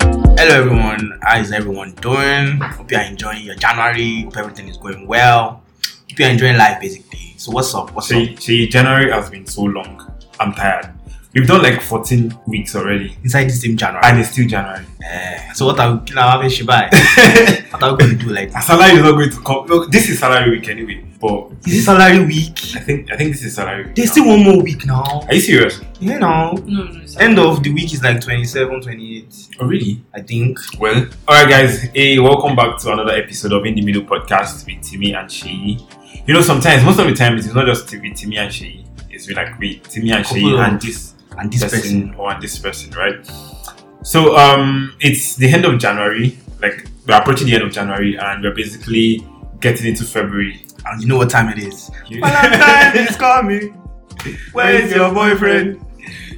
Hello everyone, how is everyone doing? Hope you're enjoying your January, hope everything is going well. Hope you're enjoying life basically. So what's up? What's up? See, see, January has been so long. I'm tired. We've done like 14 weeks already, Inside this same January. and it's still January. Eh, so what are we now having Shibai? what are we gonna do like Our salary is not going to come. Look, this is salary week anyway. But is it salary week? I think I think this is salary week. There's now. still one more week now. Are you serious? You know. No, no, it's End of the week is like 27, 28, Oh, really? I think. Well, all right, guys. Hey, welcome back to another episode of In the Middle podcast with Timmy and Sheyi. You know, sometimes, most of the time, it's not just with Timmy and Sheyi. It's with like with Timmy and Couple Sheyi of- and this And this person. or this person, right? So um, it's the end of January. Like we're approaching the end of January, and we're basically getting into February. And you know what time it is. You- Valentine is coming. Where is your boyfriend?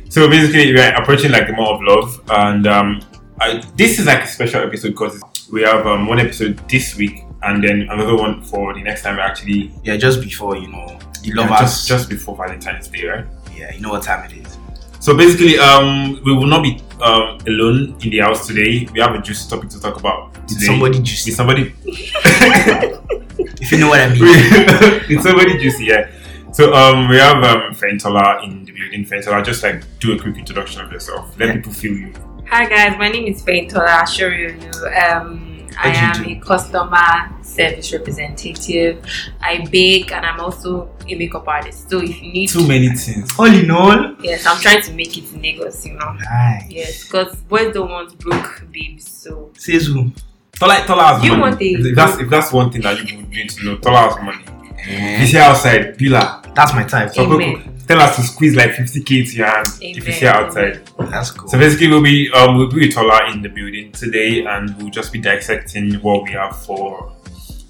so basically, we're approaching like the month of love, and um, I, this is like a special episode because we have um, one episode this week, and then another one for the next time. We're actually Yeah, just before, you know, the lovers. just just before Valentine's Day, right? yeah, you know what time it is. So basically, um, we will not be um, alone in the house today. We have a juicy topic to talk about Did today. somebody just With somebody if you know what I mean. it's somebody juicy, yeah. So um, we have um, Fentola in the building. Fentola, just like do a quick introduction of yourself. Let Yeah. people feel you. Hi guys, my name is Faintola Ashurulu. Um, I What do am you a customer service representative. I bake and I'm also a makeup artist. So if you need Too many things. All in all, yes, I'm trying to make it in Lagos, you know. nice. Yes, because boys don't want broke babes. So Says who? Tola, Tola has You money. want a- if that's if that's one thing that you would need to know, Tola has money. If you Eh, see outside, Pila, That's my type. so Amen. go- tell us to squeeze like 50k to your hand if you Amen. see outside. That's cool. So basically, we'll be um, we'll be with Tola in the building today, and we'll just be dissecting what we have for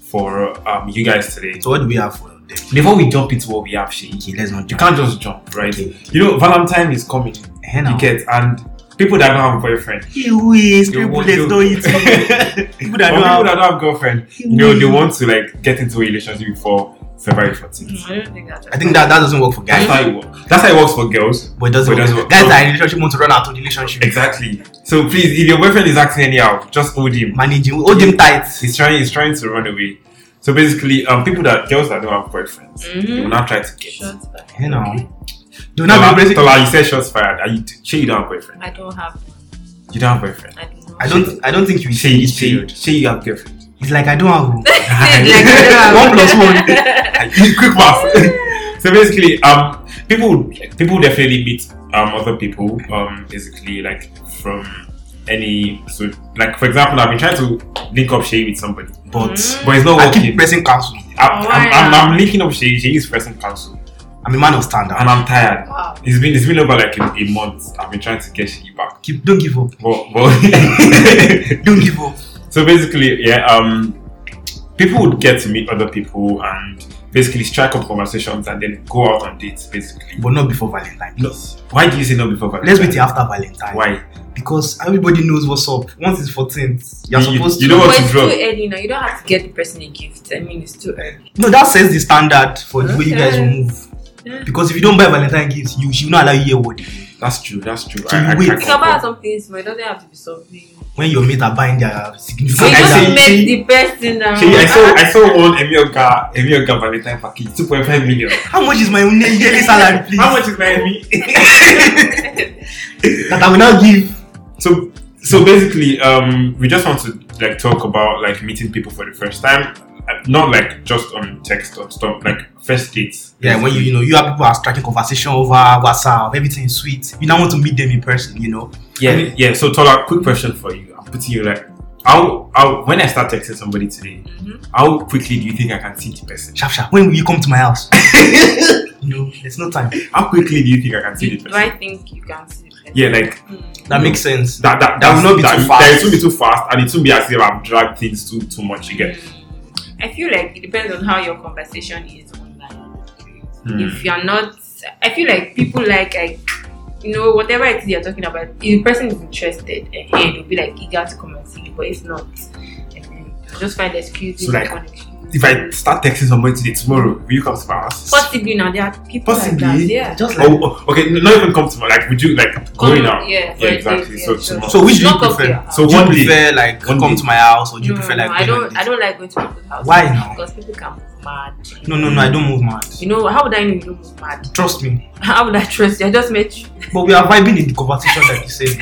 for um, you guys today. So what do we have for them? Before we jump into what we have, Shay, Okay, let's not you jump. can't just jump, right? Okay. You know, Valentine is coming. Eh, You now. get and people that don't have a boyfriend. He ways, they people want that to- don't eat. People that Or don't people have. that don't have girlfriend, you know, they want to like get into a relationship before February 14th. mm, I don't think that's. I think that that doesn't work for That's guys. how it works. That's how it works for girls. But it doesn't, But it doesn't work. work. Guys that are in relationship want to run out of relationship. Exactly. So please, if your boyfriend is acting anyhow, just hold him. Managing, hold them tight. He's trying. He's trying to run away. So basically, um, people that girls that don't have boyfriends, they will Mm-hmm. not try to get. Shots fired. You know. Okay. Do not be Tola, embracing. Tola, you said shots fired. Are you? Shay, you don't have boyfriend. I don't have. You don't have boyfriend. I don't know. I don't. I don't think you Shay, see this Shay, period. Shay, you have girlfriend. It's like I don't have. Like, I One don't plus one. have- quick pass. so basically, um, people people definitely meet um other people um basically like from any so like for example, I've been trying to link up Shay with somebody, But Mm. but it's not I keep working. pressing cancel. I'm, I'm, Why? I'm, I'm linking up Shay. Shay is pressing council, I'm a man of standard. and I'm tired. Wow. It's been it's been over like a, a month. I've been trying to get Shay back, Keep. Don't give up. but but Don't give up. So basically, yeah, um, people would get to meet other people and basically strike up conversations and then go out on dates. Basically, But not before Valentine. No. why do you say no before Let's Valentine's? wait till after Valentine. Why? Because everybody knows what's up. Once it's 14th, you're You- you- supposed you to. know what- But to it's drop. too early now. You don't have to get the person a gift. I mean, it's too early. No, that sets the standard for the way you guys will Okay. move. Yeah. Because if you don't buy Valentine gifts, you she will not allow you hear word. That's true. That's true. So you wait. You can buy her something small. It doesn't have to be something. When your mates are buying their So significant you I just see. other. make the um, person now. Actually, I saw I saw one Emioga Emioga Valentine package two point five million. How much is my own yearly salary, please? How much is my Emmy? that I will now give. so so basically, um, we just want to like talk about like meeting people for the first time, Uh, not like just on text or stuff like first dates. Yeah, when you you know you have people are striking conversation over WhatsApp, everything is sweet. You now want to meet them in person, you know. Yeah, I mean- yeah. So Tola, quick question for you. I'm putting you like, how, how when I start texting somebody today, Mhm. Mm-hmm. how quickly do you think I can see the person? Sharp sharp. When will you come to my house? you know, there's no time. How quickly do you think I can see the Do I person? think you can see the person? Yeah, like Mm. That makes sense. that. That, That will not be too fast. that it will be too fast, and it will be as if I've dragged things too too much. You get. Mm. I feel like it depends on how your conversation is online. Hmm. If you're not, I feel like people like like. You know, whatever it is you're talking about, if the person is interested, eh, eh, they'll be like eager to come and see you. But if not, eh, eh, just find excuses. So, like, and connections. if I start texting somebody today, tomorrow, will you come to my house? Possibly now there are people Possibly. like that. Yeah. Just like Oh, oh, okay, n- not even come to my like. Would you like going Come- out? Mm, Yeah, for yeah, a date, exactly. yeah, so, sure. tomorrow. so, which do you Knock off your prefer? house. So, So do you one day. prefer like One come day. to my house, or do you no, prefer no, like? I going on don't. I dates? don't like going to people's houses. Why now? Because people can move mad. No, no, no. I don't move mad. You know how would I know you don't move mad? Trust me. How would I trust you? I just met you. But we are vibing in the conversation that you said.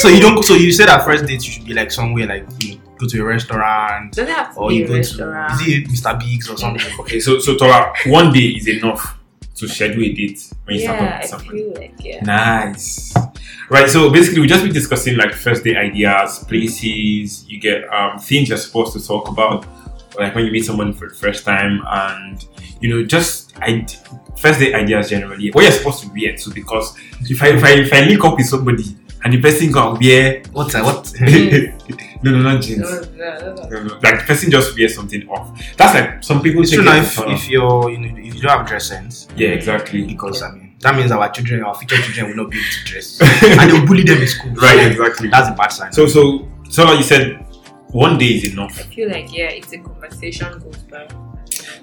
so you don't. So you said at first date you should be like somewhere like you know, go to a restaurant Doesn't have to or be you a go restaurant. to is it Mr. Biggs or something. Okay, so so Tora, one day is enough to schedule a date when you start yeah, talking I to someone. feel like yeah. Nice. Right, so basically we just be discussing like first day ideas, places, you get um things you're supposed to talk about, like when you meet someone for the first time and you know, just I first day ideas generally. What you're supposed to wear too, because if I if I if I link up with somebody and the person can wear What's that? What? Jeans. no no not jeans. No, no, no, no. No, no, Like the person just wear something off. That's like some people So take now, it if, as a- if you're you know if you don't have dress sense, yeah exactly because I mean that means our children, our future children, will not be able to dress, and they'll bully them in school. right exactly. That's a bad sign. So so so like you said, one day is enough. I feel like yeah, it's a conversation goes by.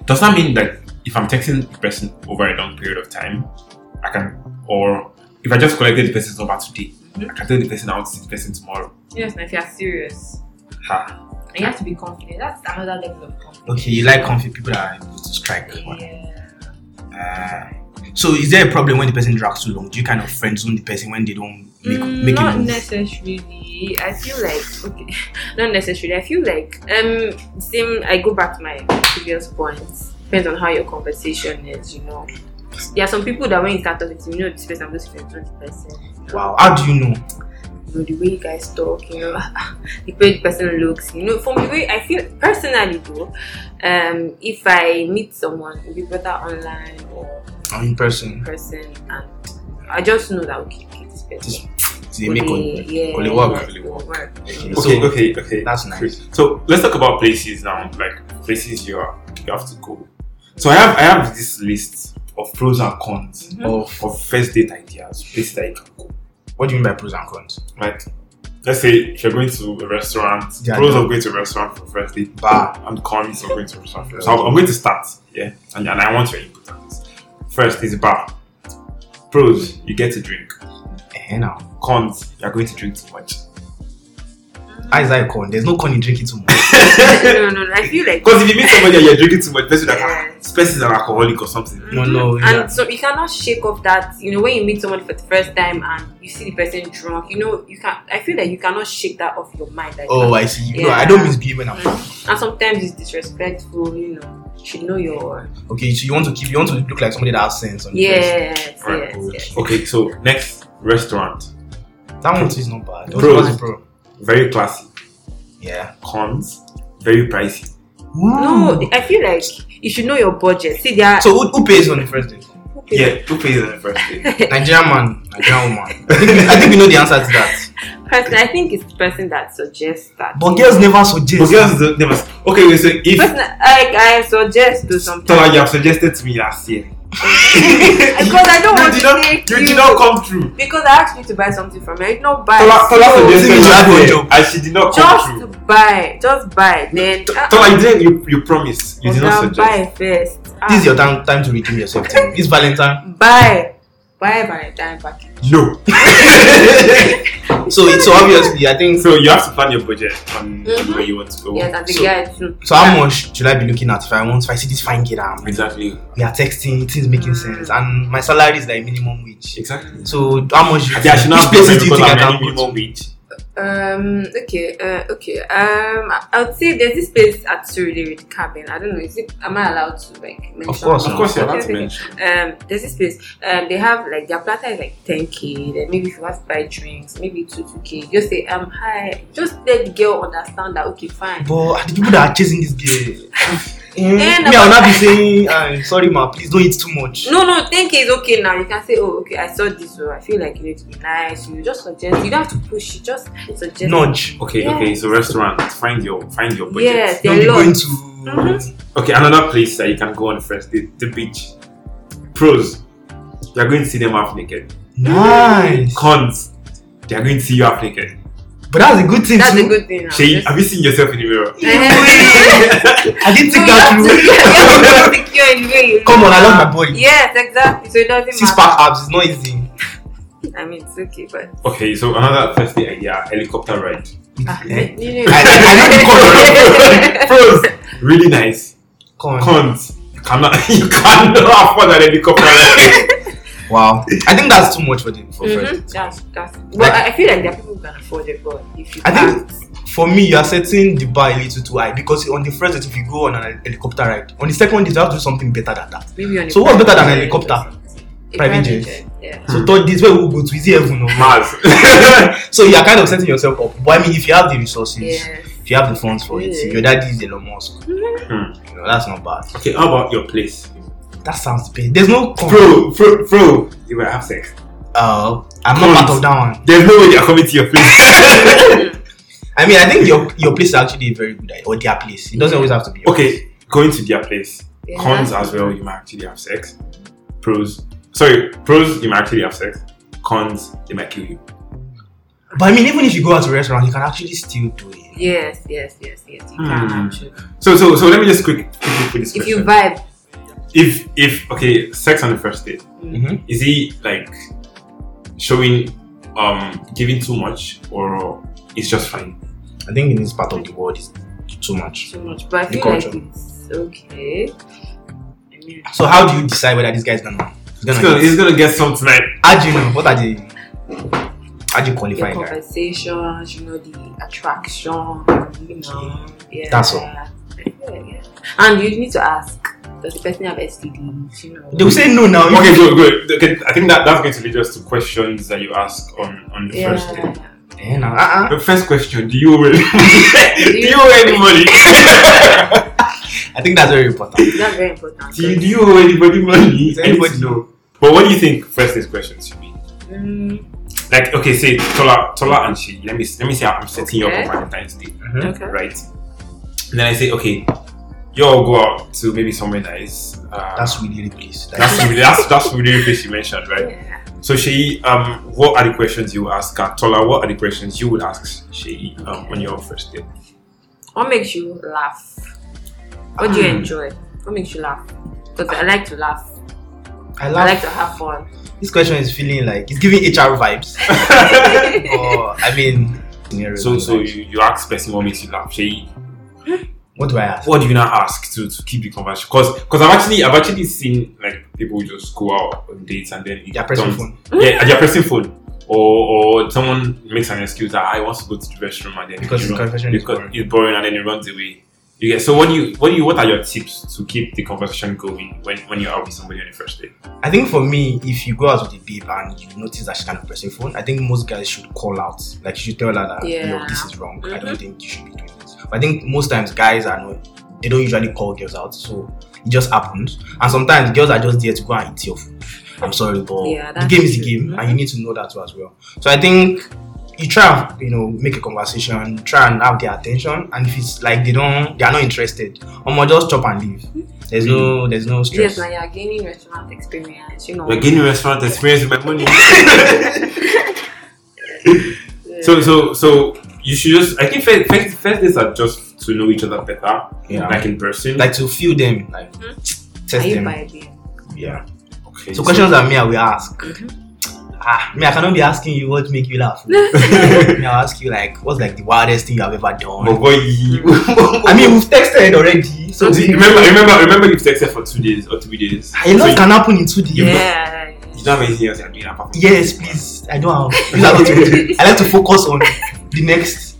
does that mean that if I'm texting the person over a long period of time, I can, or if I just collected the person's number today, I can tell the person I'll see the person tomorrow. Yes, and if you're serious, Ha. and you have to be confident. That's another level of confidence. okay, you like comfy people that are able to strike. Yeah. Uh, so is there a problem when the person drags too long? Do you kind of friend zone the person when they don't make Mm, make not it? necessarily. I feel like okay, not necessarily. I feel like um same. I go back to my previous points. Depends on how your conversation is, you know. There are some people that when you start talking to, you know, this person, I'm just friends with the person. Wow, how do you know? You know the way you guys talk, you know, the way the person looks, you know. For me, way I feel personally though, um, if I meet someone, it'll be better online or Or in in person? person, and I just know that okay, okay this person. This- So you make Only- on, yeah, only work. Only yeah, work. Okay. So- Okay, okay, okay. That's nice. So let's talk about places now, like places you are, you have to go. So I have I have this list of pros and cons Mhm. Mm-hmm. of, of first date ideas, places that you can go. What do you mean by pros and cons? Like let's say if you're going to a restaurant, Yeah, pros no. of going to a restaurant for first date, Bar. and cons of going to a restaurant first. So I'm- I'm going to start, yeah, and, and I want your input on this. First is bar. Pros, you get to drink. Eh, now. Cons, you're going to drink too much. How is that a con? There's no con in drinking too much. Because no, no, no. I feel like if you meet somebody and you're drinking too much, person like, Yeah. ah, this person's an alcoholic or something. No, no, Mhm. yeah. And so you cannot shake off that. You know, when you meet someone for the first time and you see the person drunk, you know, you can. I feel like you cannot shake that off your mind. Like, Oh, I see. No, I don't misbehave when I'm Mhm. And sometimes it's disrespectful. You know, you should know your okay. So you want to keep, you want to look like somebody that has sense on the face. yes, Right, Oh. yes, good. yes. Okay, so next restaurant, That one too is not bad. Pros. What's the pro? very classy. Yeah. Cons, very pricey. No, I feel like you should know your budget. See, there. Are, So who, who pays on the first date? Yeah, who pays on the first date? Nigerian man, Nigerian woman. I think, I think we know the answer to that. Person, I think it's the person that suggests that. But girls never suggest. but girls, don't- they must. Okay, wait, so if Person, I, I suggest to Tola, sometimes you have suggested to me last year. because I don't you want did to not, take you. did not come through. Because I asked you to buy something from me. I did not buy. Tola, Tola No, suggested see, you you last have one year, job. and she did not come just through. to buy. Just buy. Then T- uh, Tola, you didn't. You, you promised. You did not Oga, suggest. buy first. Ah, This is your time, time to redeem yourself. Tim. It's Valentine. buy. Buy Valentine Oh, package. No. so it's so obviously I think so. So you have to plan your budget on Mhm. where you want to go. Yes, and the So- guy too. how much should I be looking at if I want if I see this fine girl um, Exactly. we are texting things making sense and my salary is like minimum wage. Exactly. So how much? Yeah, I should not which go places there do you because think I I'm can earning go minimum to? wage. Um. Okay. Uh. Okay. Um. I, I would say there's this place at Surulere Cabin. I don't know. Is it? Am I allowed to like mention? Of course, Of course, you're allowed to Okay, okay. mention. um there's this place um they have like their platter is like 10k then maybe if you want to buy drinks maybe 2 2k just say um hi just let the girl understand that okay fine But the people that are chasing this girl, mm, Eh, no, me I'll but- not be saying uh, sorry ma, please don't eat too much. no no 10k is okay now you can say oh okay i saw this so i feel like you need to be nice you just suggest you don't have to push you just suggest Nudge. Okay, Yeah. okay. So restaurant, find your find your budget. yes Don't they're be going lost to. Mhm. Okay, another place that you can go on the first date, the beach. Pros, you are going to see them half naked. Nice. Cons, they are going to see you half naked. But that's a good thing. That's too. a good thing. now. Shay, Just- have you seen yourself in the mirror? I didn't No, think you that have to- you through. have to be secure in the way you Come look. on, I love my body. Yes, exactly. So it doesn't Six matter. pack abs is not easy. I mean, it's okay, but Eh? Okay, so another thirsty idea: helicopter ride. Ah, Eh? you I- I know. Pros, really nice. Come on. Cons, you cannot, you cannot afford an helicopter ride. Wow. I think that's too much for the for Mhm, friends. That's that's. Well, I I feel like there are people who can afford it, but if you I can't, think for me, you are setting the bar a little too high because on the first date, if you go on an helicopter ride, on the second date, you have to do something better than that. maybe on a So what's better than a private jet or helicopter? something. A Private private jet. jet, Yeah. So third date, where we will go to is it heaven or hell? Mars. So you are kind of setting yourself up. But I mean, if you have the resources, Yes. if you have the funds for it, if your daddy is Elon Musk, Hmm. you know, that's not bad. okay, how about your place? That sounds bad. There's no. Oh. con- Bro, bro, bro, you will have sex. Uh, I'm Cons. not part of that one. There's no way they are coming to your place. I mean, I think your your place is actually a very good idea, or their place. It doesn't always have to be. yours. Okay, going to their place. Yeah. Cons as well, you might actually have sex. Pros, sorry, pros, you might actually have sex. Cons, they might kill you. But I mean, even if you go out to a restaurant, you can actually still do it. Yes, yes, yes, yes. You Hmm. can actually. So, so, so let me just quick, quickly put this If question. you vibe, if, if, okay, sex on the first date. Mm-hmm. is he like showing um giving too much or it's just fine I think in this part of the world is too much. too much, but I The feel like culture. it's okay. I mean, So how do you decide whether this guy's gonna? He's he's gonna. gonna, he's gonna get some tonight How do you know? What are the? How do you qualify your that? conversations, you know, the attraction, you know, yeah. That's all. Yeah, yeah. And you need to ask, does the person have STDs? You know, They will say no now. okay good good okay, i think that that's going to lead us to questions that you ask on on the yeah. first day Eh, now, uh-uh. the first question do you owe do you- you owe anybody I think that's very important. That's very important. do, you, do you owe anybody money Does I need anybody to know but what do you think first date questions should be Mm, like okay say tola tola and she let me let me say i'm setting you up Okay. for valentine's day Mhm. okay. right? And then I say, okay, you all go out to maybe somewhere nice. Uh, That's really the place. Like, that's really that's that's really place you mentioned, right? Yeah. So Shay, um, what are the questions you ask her? Tola, what are the questions you would ask Shay um, on your first date? What makes you laugh? What do you Hmm. enjoy? What makes you laugh? Because I like to laugh. I I like love to have fun. this question. Is feeling like it's giving HR vibes. or I mean, so so you, you ask person what makes you laugh. Shay, what do I ask? what do you now ask to, to keep the conversation? Because because I've actually I've actually seen like people just go out on dates and then it Their personal turns- phone. yeah, your pressing phone. Or, or someone makes an excuse that I want to go to the restroom and then Because he his runs- conversation is because boring. it's boring and then it runs away. You get so what do you what do you what are your tips to keep the conversation going when, when you're out with somebody on the first date? I think for me, if you go out with a babe and you notice that she can't press her phone, I think most guys should call out. Like you should tell her that Yeah. yo, this is wrong. I don't Mhm. think you should be doing this. But I think most times guys are not they don't usually call girls out, so it just happens. And sometimes girls are just there to go and eat your food. I'm sorry, but Yeah, the that's game is the true. Mm-hmm. game and you need to know that too as well. So I think you try and you know make a conversation, try and have their attention and if it's like they don't they are not interested, or just chop and leave. There's no there's no stress. Mm-hmm. Yes, now you're gaining restaurant experience, you know. You're getting restaurant experience with my money. Yeah. so so so you should just I think first, first, first dates are just to know each other better, Yeah. like in person. like to feel them, like Mhm. Are test you them. vibing? Yeah. okay, So questions that me I will ask. Mhm. Ah, me I cannot be asking you what make you laugh. me I'll ask you like what's like the wildest thing you have ever Oh done. boy, I mean we've texted already, so Do you remember remember remember you've texted for two days or three days. a lot So can happen in two days. Yeah. you don't have anything else you're doing apart from Yes, please. I don't have. these are not two. I like to focus on the next.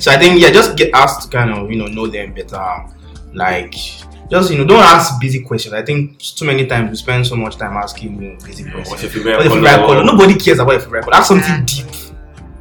So I think yeah, just get asked to kind of you know know them better. Like just you know don't ask basic questions. I think too many times we spend so much time asking you know, basic Yeah, questions. What's your favorite What if color? you write color? Nobody cares about if you write color. That's something Ah. Yeah. deep.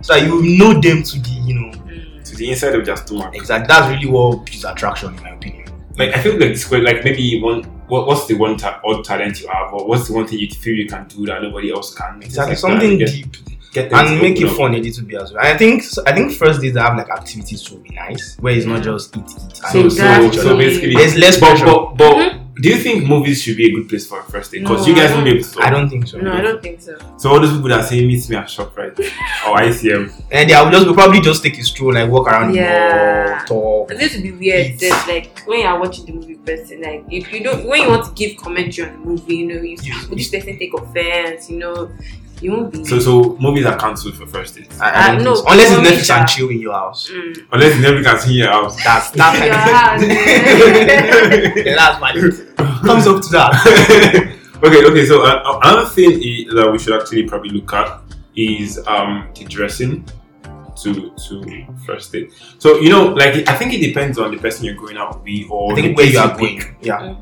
So that you will know them to the, you know, Mm. To the inside of just stomach. exactly. That's really what builds attraction, in my opinion. Like I feel like this. que- Like maybe one. What, what's the one ta- odd talent you have, or what's the one thing you feel you can do that nobody else can? Things Exactly. like something that. deep Get, get them and to make it open up. fun a little bit as well. And I think I think first days that have like activities will be nice, where it's not just eat eat. and Mm. So, eat each so, other. so basically, There's less but, pressure. but, but do you think movies should be a good place for a first date? Because you No, guys I won't be able to talk. I don't think so. No, I don't think so. So all those people that say meet me at Shoprite or ICM, And they will just will probably just take a stroll, like walk around Yeah. the mall, talk. This would be weird that like when you're watching the movie person, like if you don't when you want to give commentary on the movie, you know, you You- would this person take offense, you know, you won't be so so movies are cancelled for first dates I, I Uh, don't no, think so. Unless probably it's Netflix and that. chill in your house. mm. unless you never can see your house. That's that Your kind house, of eh? yeah, that's valid. Comes up to that. okay, okay. So uh, another thing i- that we should actually probably look at is um the dressing to to first date. So you know, like I think it depends on the person you're going out with or I the think where you place are pick, going. Yeah. Right?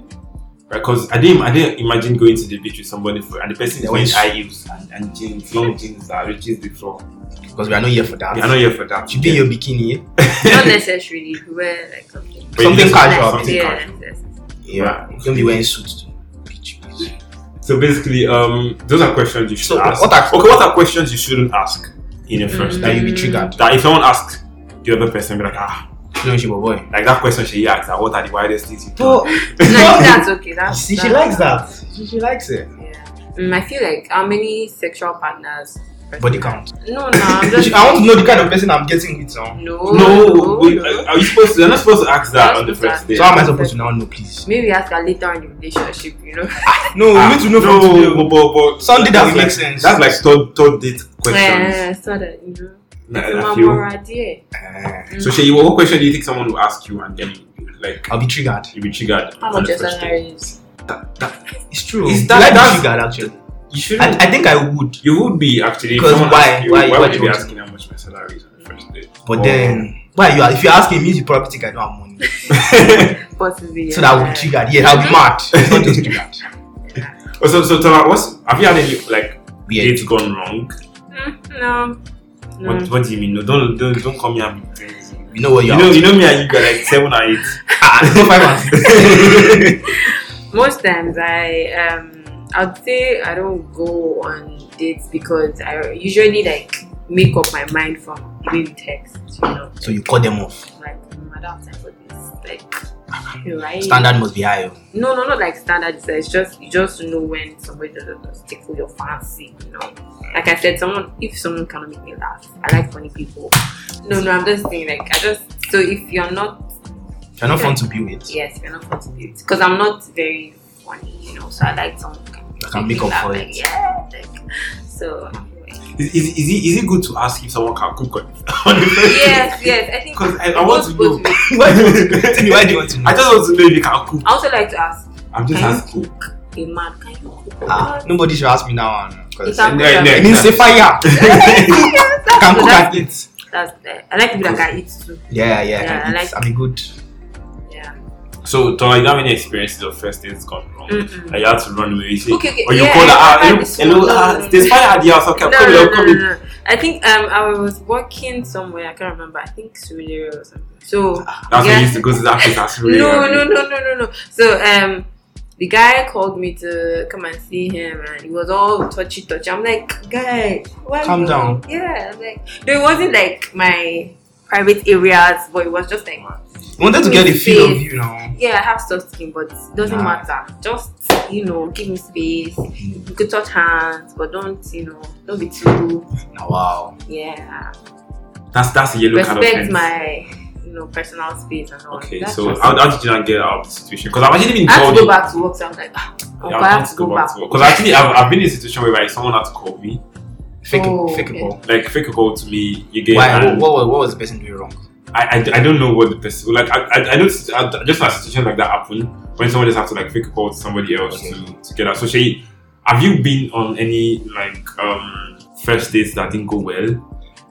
Because I didn't I didn't imagine going to the beach with somebody for, and the person is Yeah, wearing which- high heels and, and jeans, long jeans that reaches the floor. Because we are not here for that. I know you're for that. Should be in your bikini. not necessarily you wear like something. But you something just- casual, Something yeah, casual. yes, yes. Yeah. Don't be wearing suits to beach. please. So basically, um, those are questions you should So, uh, ask. what are- okay, what are questions you shouldn't ask in a Mm. first That date? you'll be triggered. That if someone asks the other person, be like, ah, No, she boy. like that question she asked, that what are the wildest things you do? But No, I think that's okay. That's see, she that's- likes that. She, she likes it. Yeah. Mm, I feel like how many sexual partners? Body count. No, no. I'm just. I want to know the kind of person I'm getting with now. No. No, wait, are are you supposed to? You're not supposed to ask that Not on the supposed to first ask. date. So how am I supposed to now know, please? Maybe ask her later on in the relationship. You know. No, Ah, we need to know from no, today. but, but, but Sunday that that's will like, make sense. That's like third, third date questions. Yeah, so that you know. Nah, It's I my feel. moral idea. Eh, So she, what question do you think someone will ask you and then like I'll be triggered. you be triggered? How on much the your first date? salary is? It's true. Is Will I that- be that's- triggered actually? You shouldn't. I, I think I would, You would be actually. if 'Cause someone why? asked You, Why- why why, would do you you want to- be asking how much my salary is on the first date? but Or- then why you are, if you ask me, it means you probably think I don't have money, Possibly. so that would be triggered. Yeah, I'll be mad. It's not just triggered. Oh, so so Tara, what's have you had any like Weird. dates gone wrong? Mm, no. No. What what do you mean? No, don't don't don't come here. and be crazy. You know what You you're. know you know me and you got like seven or eight. know five and six. Most times I um I'd say I don't go on dates because I usually like make up my mind from reading text. You know, so you cut them off. like mm, I don't have time for this. Like, right? Standard must be high. oh. No, no, not like standard. It's it's just you just know when somebody doesn't just tickle your fancy, you know. Like I said, someone if someone cannot make me laugh, I like funny people. No, no, I'm just saying like I just so if you're not You're not fun to be with. yes, if you're not funny people because I'm not very funny, you know. So I like someone who can, can make me up laugh, for like, it. Yeah, like so. I'm like, Is, is, is, it, is it good to ask if someone can cook on on the first yes, yes, I think 'Cause I- I it want goes to both know. ways. Why do you want to date? continue? Why do you want to know? I just want to know if you can cook. I also like to ask I'm just Can you asking. a man, can you cook? Ah, nobody should ask me now. uh, 'cause- It's a- Yeah, yeah. It means say fire. Yes, that's- Can cook that's- and eat. that's- uh, I like people that can eat too. Yeah, yeah. I Yeah, can I eat. like- I'm a good. Yeah. So Tara, you don't have any experiences of first dates gone wrong? Mm-mm. Like you had to run away. You say, Mm. Okay, okay, Or you yeah, call her I out. had you know, this Hello, one. ah, there's fire at the house. Okay, I'm no, coming. no, I'm no, no, coming. no. I think um I was working somewhere. I can't remember. I think Similaria or something. So That's when Yeah. you used to go to that place. That's really no, early. no, no, no, no, no. So um, the guy called me to come and see him, and he was all touchy, touchy. I'm like, guy, why? Calm you-" down. Yeah, I'm like, no, it wasn't like my private areas, but it was just like, I wanted to get a feel of Space. you now. yeah, I have soft skin, but it doesn't Nah. matter. Just you know, give me space. You could touch hands, but don't you know, don't be too, Oh, wow. yeah. That's that's a yellow card respect offense. my you know personal space and all. Okay, That's so just- how, how did you not get out of the situation? Because I've actually been I had told. to go back to work. So I'm like, ah, okay, I have to go back. Because actually, I've, I've been in a situation where like, someone had to call me, Fake, Oh, fake okay. ball. like fake a call to me again. Why? What, and what, was- what was the person doing wrong? I, I, I don't know what the person like. I I, I noticed I, I- just a situation like that happen when someone just have to like fake a call to somebody else Okay. to, to get out. So Shay, have you been on any like um first dates that didn't go well?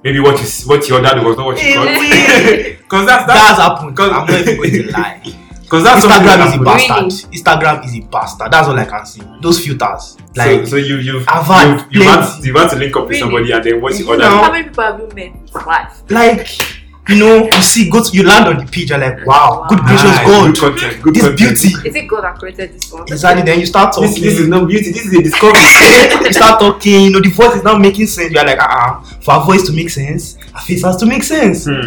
Maybe what you s- what you ordered was not what you Eh, got. we- Because that's that's That's happened. Cause- I'm not even going to lie. because that's something that Instagram is a happened. Really? bastard. Instagram is a bastard. That's all I can see. Those filters, like so, so you you've I've had you've, you've, had, plenty. you've had to link up with Really? somebody and then what you You ordered. know. How many people have you met in your life? like you know, you see, go to, you land on the page. You're like, wow, good Wow. gracious Ah, God, Good content. Good this content. beauty. Is it God that created this one? Exactly. Then you start talking. This, this is not beauty. This is a discovery. you start talking. You know, the voice is not making sense. You're like, ah, uh for her voice to make sense, her face has to make sense. Hmm.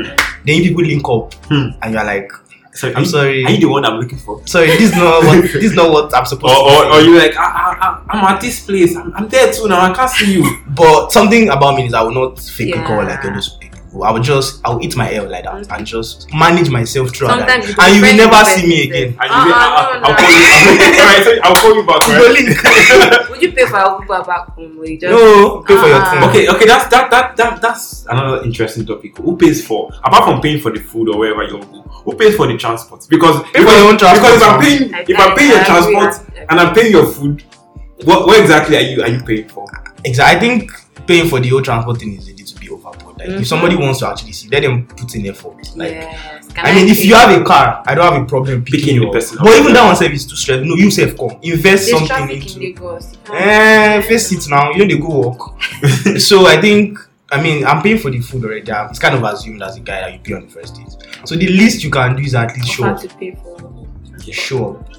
Then you people link up, Hmm. and you're like, Sorry, I'm are you- sorry. Are you the one I'm looking for? Sorry, this is not what this is not what I'm Or, supposed to. or, be or saying. you like, I, I, I'm at this place. I'm, I'm there too now. I can't see you. But something about me is I will not fake a call Yeah. like all those people. I will just I will eat my L like that and just manage myself throughout that. Sometimes And you will friend never request see me is there. again. And Uh-uh, you, say, ah, no, ah, I'll no. call you. All right, sorry, I'll call you back. It's the Right? link. Would you pay for our Uber back home? Or you just No, pay for your thing. Ah. Okay, okay, that's that That, that, that's another interesting topic. Who pays for, apart from paying for the food or wherever you're going, who pays for the transport? Because Pay for your own because if I'm transport. paying, I- if I'm I- paying I your agree, transport I- I- and I'm paying your food, what, what exactly are you are you paying for? Exactly. I think paying for the whole transport thing is a little bit overboard. Like Mhm. if somebody wants to actually see, let them put in effort. Like yes. Can I, mean, if pay? you have a car, I don't have a problem picking, Picking the you up. person up. But even that one service is too stressful. No, you self come invest there's something traffic into. in Lagos. Eh, face it now. You know they go walk. so I think I mean I'm paying for the food already. Um, It's kind of assumed as a guy that you pay on the first date. So the least you can do is at least show Sure. up. to pay for. Show up.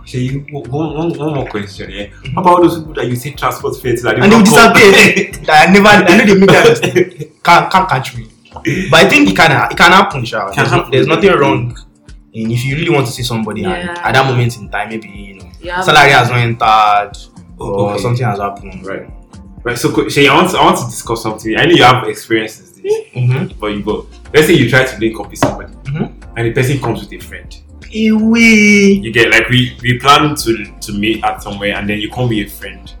Okay, you, one, one, one more question here. How about those people that you say transport fares that Mm-hmm. And they will not come? disappear. that I never I know they make that mistake. Can't, can't catch me. But I think it can it can happen, sure. Can There's, no- happen. there's nothing wrong. And if you really want to see somebody and Yeah. at that moment in time, maybe you know Yeah. salary has not entered or Okay. something has happened. Right. Right, so co- Shay, I want, to, I want to discuss something. I know you have experiences this, Mm-hmm. but you go. Let's say you try to link up with somebody, Mhm. and the person comes with a friend. Iwi. You get like we we plan to to meet at somewhere, and then you come with a friend.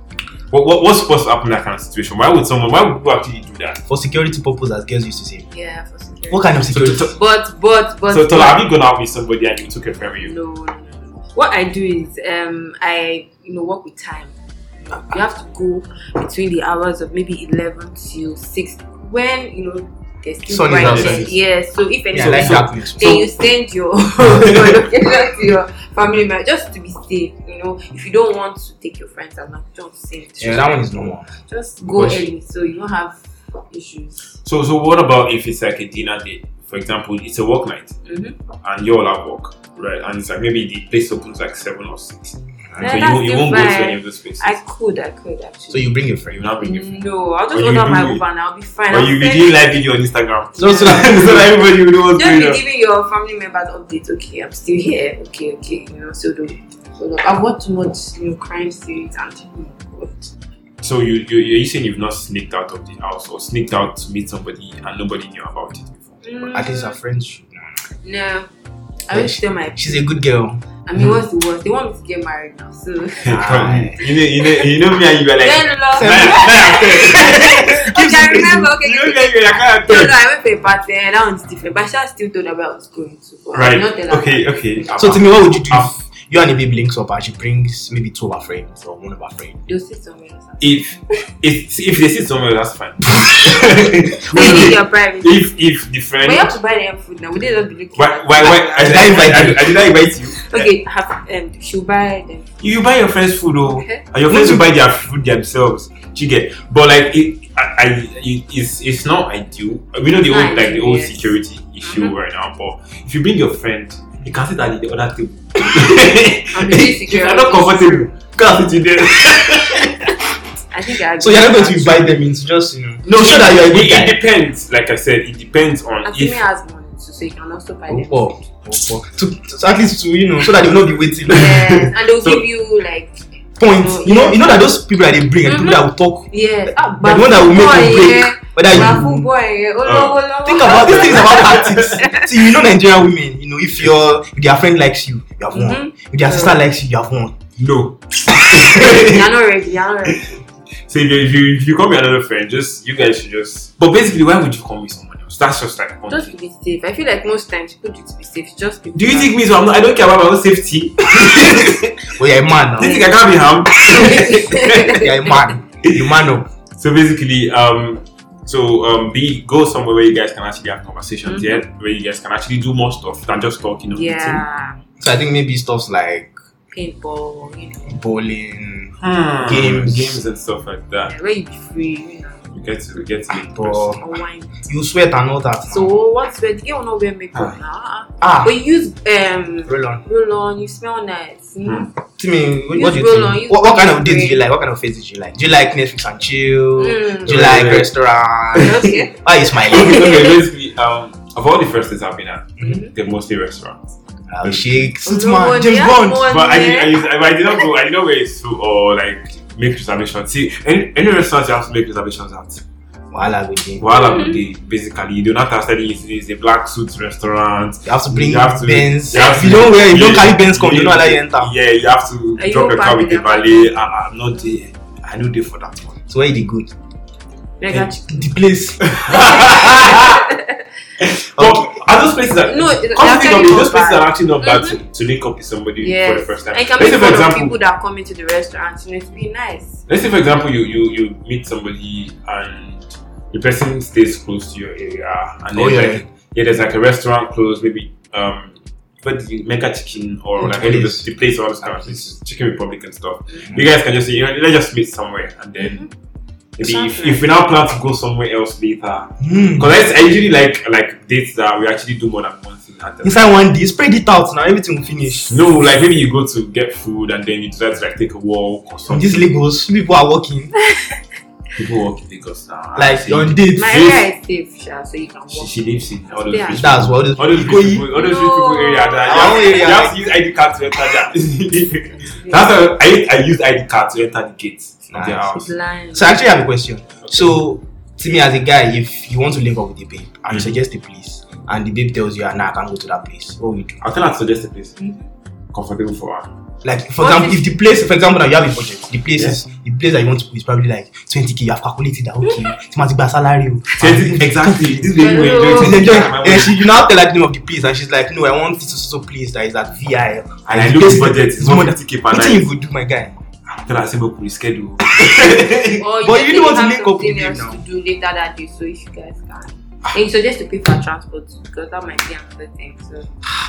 What, what what's supposed to happen in that kind of situation? Why would someone? Why would people actually do that? For security purpose, as girls used to say. Yeah, for security. What kind of So, to, security? to, But but but. so, to, have you gone out with somebody and you took a friend with you? no, no, no. What I do is um I you know work with time. You have to go between the hours of maybe eleven to six when you know there's still Sun is brightness. outside. Yeah, so if anything Yeah, like happens, darkness. then you send your, your location to your family member just to be safe. You know, if you don't want to take your friends along, don't send. Yeah, that one is normal. Just go Because- early so you don't have issues. So so what about if it's like a dinner date? For example, it's a work night, Mhm. and you all have work, right? And it's like maybe the place opens like seven or six, and Yeah, so you that's won't- you still won't go to fine. any of those places. I could, I could actually. Mm, So you bring your But friend. you not bring your friend. No, I'll just Or you order my do it. Uber and I'll be fine. But I'll you, you send- didn't live video on Instagram. So, so that, so that everybody will know what's just going be on. giving your family members updates. Okay, I'm still here. Okay, okay, you know. So don't. So don't. I've watched too much, you know, crime series and oh my God. So you, you you're saying you've not sneaked out of the house or sneaked out to meet somebody and nobody knew about it before. Mm, at least our friends should. know. no. I wish them my. She's a good girl. I mean, what's the worst? They want me to get married now, so. Aye. you know you know you know me and you were like Then love. "Nah, nah, Okay, I remember. Okay, you know okay, me and you were like "Ah, No, okay." no, I went for a party and that one's different. But I still told her where I was going to. But I did not Right. tell her. Okay, okay. So to to me, what would you do Ah. if you and the babe links up and she brings maybe two of her friends or one of her friends? They'll sit somewhere else. if if if they sit somewhere that's fine. They need your private. if if the friend But you have to buy them food now. Would they not be looking? why at- why why I did I invite you? I did I invite you? Okay, have um, she'll buy them. You buy your friends food Oh. though. Okay. and your friends will buy their food themselves. You get, but like it, I, I it, it's it's not ideal. We know the Not old like the old ideal, yes. security issue Mhm. right now, but if you bring your friend, you can sit at the other table. I'm really if secure. you're not comfortable, can't sit you there. I think I. So you're not going to invite them into just you know. No, show that you're a good it, it guy. depends. Like I said, it depends on I think if. it has money, so, so you can also buy them. Oh, oh, oh. To, to, at least to you know, so that they will not be waiting. Yes, and they'll So- give you like oh, Point. You know, you know that those people that they bring and people that will talk, yes. Ah, the one that will make boy, or break yeah. whether Bafu you boy. Yeah. Oh, Oh. no, oh, no. think about these things about tactics. See, you know Nigerian women. You know, if your if their friend likes you, you have won. Mhm. If their sister likes you, you have won. No. You're not ready. You're not ready. So if you, if you if you come with another friend, just you guys should just. But basically, why would you come with someone else? That's just like. one Just thing. to be safe. I feel like most times people do it to be safe. Just be Do you think me? So I'm not, I don't care about my own safety. But you're a man Do now. you think I can't be harmed? you're a man. You man up. So basically, um, so um, be go somewhere where you guys can actually have conversations, Mhm. yeah, where you guys can actually do more stuff than just talking or meeting. yeah, So I think maybe stuffs like paintball. You know, bowling, Hmm. Games. games and stuff like that. yeah, where you be free. You know, You get to you get to meet the person. but or wine. you sweat and all that. So what's where the girl will not wear makeup now? ah, ah. ah, But you use um roll on. roll on. You smell nice. you know? Hmm. To me, what, Use what do you roll on, think? use What, what kind of roll dates do you on. like? What kind of faces do you like? Do you like Netflix and chill? Mm. Do you like Yeah. restaurant? Okay. Why are you smiling? okay, basically, um, of all the first dates I've been at, Mm-hmm. they're mostly restaurants. Um, shake, suit Oh, no, man, they James have Bond. one But I, did, there. I, used, I, I did not go. I did not wear a suit or like make reservations. See, any, any restaurant you have to make reservations at. Wahala with him. While Hmm. I'm basically, you do not have to tell you it's- it's a black suit restaurant. You have to bring You have to- Benz. you have If you to- don't wear, if you don't yeah, carry Benz, come. You yeah, don't allow you enter. Yeah, you have to Are you drop your car open with a to that? valet. and I'm not there. I know there for that one. So where you dey good? Mega The place. But are those places that No, come to they're think of it, actually not those places bad. are actually not bad to, to link up with somebody for the Yes. first time. I can let's make say fun for of example, people that come into the restaurant. You know, it'd be nice. let's say for example you, you you meet somebody and the person stays close to your area and Oh, then yeah. like yeah there's like a restaurant close maybe um but the mega chicken or Mm, like any of place. the, the place all this kind of places, chicken republic and stuff Mm-hmm. you guys can just say you know, let's just meet somewhere and then maybe if, Exactly. if we now plan to go somewhere else later Hmm. because I, I usually like like dates that we actually do more than one thing at the Inside one day, spread it out now. Everything will finish. No, like maybe you go to get food and then you decide to like take a walk or From something. this Lagos, people are walking. People walk in Lagos now. Like She- you're on dates. My Yes. area is safe, sha, so you can she, walk. she lives in all those Yeah. rich That's people. what All those rich Go eat. people, all those rich people No. area. Our That, you, have, area. you have to use ID card to enter there. That's how I, I used ID card to enter the gate of their Nice. house. blind. So I actually have a question. So to me as a guy, if you want to link up with a babe and you Mhm. suggest a place and the babe tells you, ah, nah, I can't go to that place, what would you do? I think I'd suggest a place comfortable for Ah, her. Like for What example, if- if the place, for example, that you have a budget, the place is the place that you want to go is probably like twenty k. You have calculated that okay, it's must be a salary. oh. Exactly. exactly. This baby will Hello. enjoy She's it. enjoying. My And wife. she, you now tell her the name of the place, and she's like, "No, I want this so place that is at VI." And I the look place at budget, it's is more than- 150k per What thing you night. would do, my guy? Tell her, I said, look, we schedule. Or But just you say don't want to have link up with something them else now. to do later that day, so if you guys can. And you suggest to pay for transport because that might be another thing. So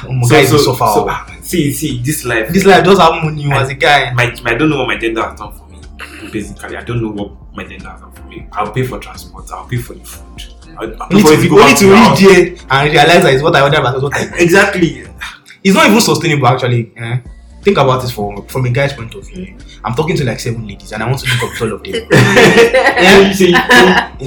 Oh, my guy is so far. so, oh. ah, see, see, this life. This life does have money oh, as a guy. my, my- I don't know what my gender has done for me. Basically, I don't know what my gender has done for me. I'll pay for transport. I'll pay for the food. I'll, I'll pay Only for to, it be, go only out to now. reach there and realize that it's what I ordered versus what I. Exactly. It's not even sustainable actually. eh. Think about this from from a guy's point of view. I'm talking to like seven ladies and I want to link up with all of them And you see,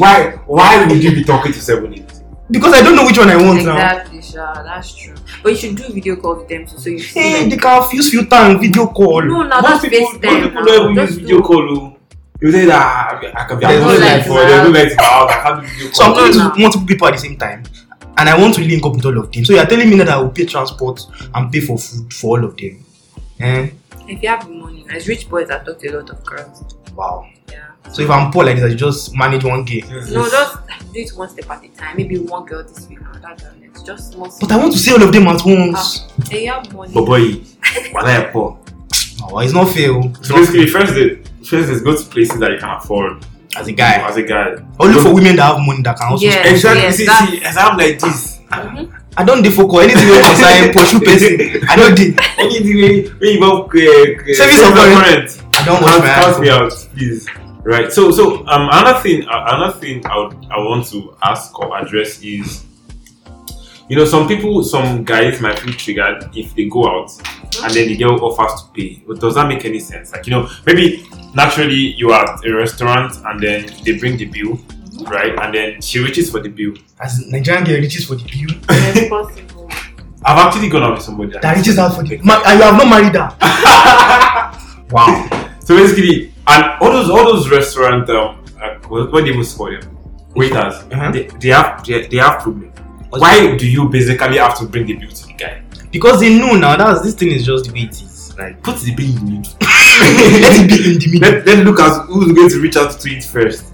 why why would you be talking to seven eight? because I don't know which one I want now. exactly, sure, uh, that's true. But you should do video call with them so, so you see. Hey, like- Eh, they can use few time video call. no, now most that's people, face most them. people don't even now. use Just video do- call. oh. You say that I can be at There's no home lights for there's no now. lights in my house. I can't do video So I'm call. talking No, to multiple people at the same time, and I want to link up with all of them. So you're telling me that I will pay transport and pay for food for all of them. Eh? If you have the money, as rich boys, I talk to a lot of girls. Wow. Yeah. So if I'm poor like this, I just manage one gay. No, just do it one step at a time. Maybe one girl this week, another girl next. Just small. Ah, But I want to see all of them at once. And you have money. But boy, when I am poor. Oh, it's not fair. oh. So basically, first is first is go to places that you can afford As a guy, as a guy. or look for women that have money that can also. Yeah. Yes, exactly. yes, see, that's- see, as I'm like this. Mhm. I don't defocus anything wey concern pursue person. I don't dey. anything wey wey involve uh, Service of current I don't want count count me my out please right so so um another thing uh, another thing i would i want to ask or address is you know some people some guys might feel triggered if they go out and then the girl offers to pay But does that make any sense like you know maybe naturally you are at a restaurant and then they bring the bill right and then she reaches for the bill As Nigerian girl reaches for the bill, Yes, possible. i've actually gone out with somebody that reaches out for the. Ma- and you have not married her. wow. So basically, and all those all those restaurant um, uh, what what do you call them? Waiters. Uh-huh. They, they have they, they have problem. What's Why do you basically have to bring the bill to the guy? Because they know now that this thing is just the way it is. Like Put the bill in the middle. let it be in the middle. Let, let look at who's going to reach out to it first.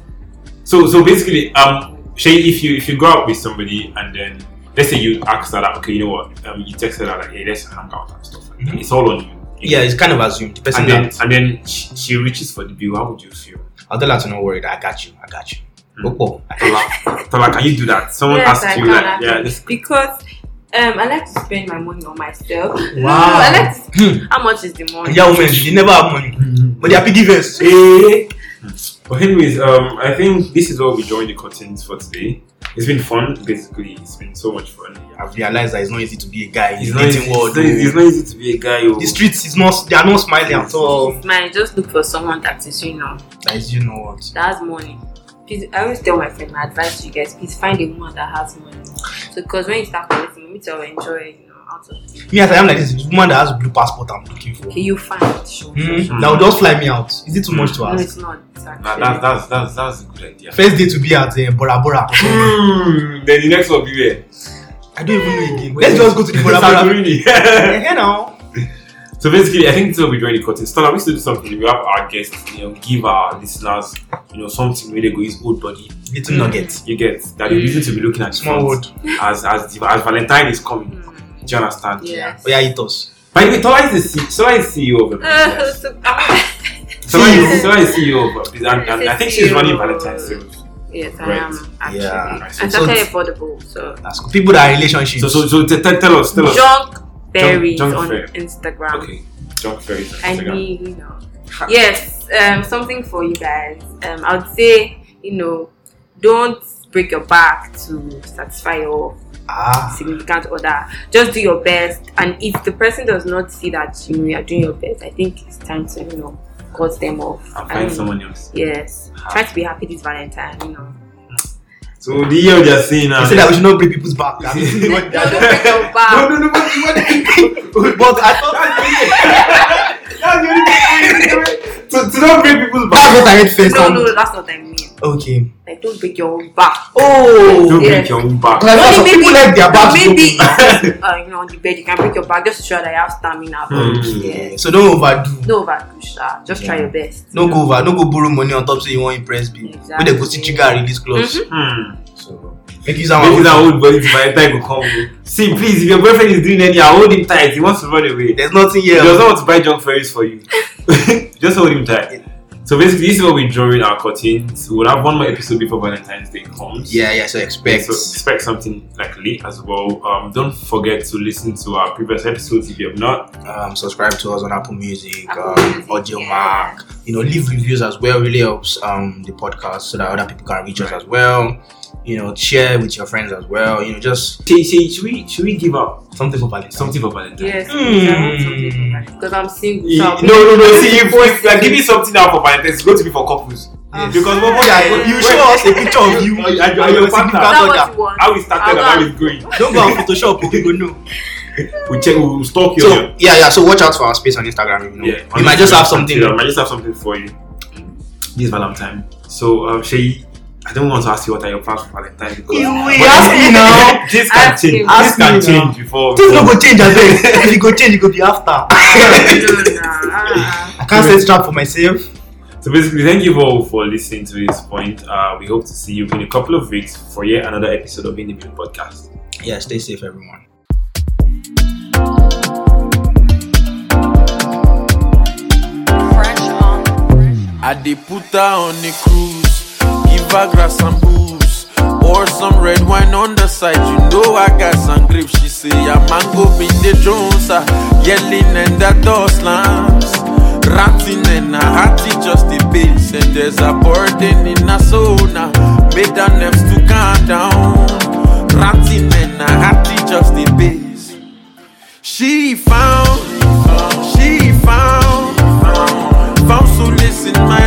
So so basically, um, Shay, if you if you go out with somebody and then let's say you ask her that okay, you know what, um, you text her that like, hey, let's hang out and stuff. Like that. It's all on you. Mm-hmm. Yeah, it's kind of assumed. The person And then, that and then she, she reaches for the bill. How would you feel? I'll tell her to not worry. That I got you. I got you. Mm. Opo, I got you. Tola, Tola, can you do that? Someone Yes, asked I you can like, actually. yeah, let's because um, I like to spend my money on myself. No, Wow. I like to, Hmm. how much is the money? Nigerian women, they never have money, but they are piggy vest. Eh. But anyways, um, I think this is what we join the curtains for today. It's been fun. Basically, it's been so much fun. I've realized that it's not easy to be a guy It's in the not, easy, dating it's, world. not, easy- it's oh. not easy to be a guy. oh. The streets is not. They are not smiling at all. Man, just look for someone that is, you know, That is, you know what. that has money. Please, I always tell my friend, my advice to you guys, please find a woman that has money. because when you start collecting, maybe I'll enjoy, you know, out of the Me as I am like this, it's woman that has blue passport I'm looking for. okay, you find sure. Hmm? That would just fly me out. Is it too much to No, ask? it's not. It's actually. Nah, that's, that's, that's, that's a good idea. First day to be at uh, Bora Bora. Mm, then the next one will be where? I don't even know again. Let's just go to the Bora Bora. Santorini. Hey now. so basically, I think this will be joining the curtain. Stella, we still do something. We have our guests, you know, give our listeners, you know, something where they go use old body. Little nugget. You get that they reason to be looking at Mm. Small front word. as as the, as Valentine is coming. Mm. Do you understand? Yes. Oh yeah, it does. By the way, Tola is the C- Tola is CEO of Uh, yes. so, ah, Tola is Tola is CEO of and, and, I think she's CEO. running Valentine's sales. yes, I Right. am actually. Yeah. And So- totally affordable. So That's cool. People that are in relationships. So so so t- t- tell us tell us. junk berries junk on fair. Instagram. Okay, junk fairies. on I Instagram. mean, you know. Yes, um, something for you guys. Um, I would say, you know, don't break your back to satisfy your ah. significant other. Just do your best, and if the person does not see that you know you are doing your best, I think it's time to you know cut them off. I'll I find mean, someone else. Yes, try to be happy this Valentine. You know, So the year they are saying now. They said that we should not bring people's back. I mean, no, what don't they are- break your no, back. no, no, but but- but I thought that's the only thing. To, to not break people's that's back. what I had first. No, um, no, that's not what I mean. Okay. Like, don't break your own back. Oh. Don't Yes. break your own back. Like, that's what people like their backs maybe broken. uh, you know on the bed you can break your back just to show that you have stamina. But Hmm. yes, So don't overdo. no overpush. Uh, just try Mm. Yeah. your best. No go over. No go borrow money on top say you want impress babe. When they go see Exactly. Mm-hmm. chica and release clothes. Hmm. So make use Maybe of that our old body to by the time will come. oh. See, please, if your boyfriend is doing any, I'll hold him tight. He wants to run away. There's nothing He here. does not want to buy junk fairies for you. Just hold him tight. So basically, this is what we're drawing our curtains. We'll have one more episode before Valentine's Day comes. Yeah, yeah. So expect. So expect something like late as well. Um, don't forget to listen to our previous episodes if you have not. um, subscribe to us on Apple Music, Apple um, Music, Audio yeah. Mark. You know, leave reviews as well. Really helps um, the podcast so that other people can reach us as well. You know, share with your friends as well. You know, just Say, say, should we should we give up something for Valentine's. something for Valentine's? Yes, Hmm. Mm. because I'm single. So No, I'll be- no, no. See, if if you are giving something out for Valentine's, it's going to be for couples. Yes. Because what what Yeah, you show us a picture of you and your and your partner. significant Is that other. what you want? how we started and I'll how go it's going. Don't go on Photoshop, people know. We check, we'll stalk you. So yeah, yeah. So watch out for our space on Instagram. You know, yeah, we might just have something. Yeah, I might just have something for you. This Valentine. So, um, Shay, I don't want to ask you what are your plans for Valentine because You will But ask me now. this can Ask change. him. This Ask me can now. change before. Things before- no go change as well. If you go change, you go be after. No, nah, ah, I can't set trap for myself. So basically, thank you all for listening to this point. Uh, we hope to see you in a couple of weeks for yet another episode of Individual Podcast. Yeah, stay safe, everyone. I dey put her on the cruise, give her grass and booze, or some red wine on the side. You know I got some grip. She say a mango be the Jones, ah, yelling and the door slams, ranting and a hearty just the bass, and there's a burden in her soul now. Made her nerves to calm down, ranting and a hearty just the bass. She found, she found, found solace in my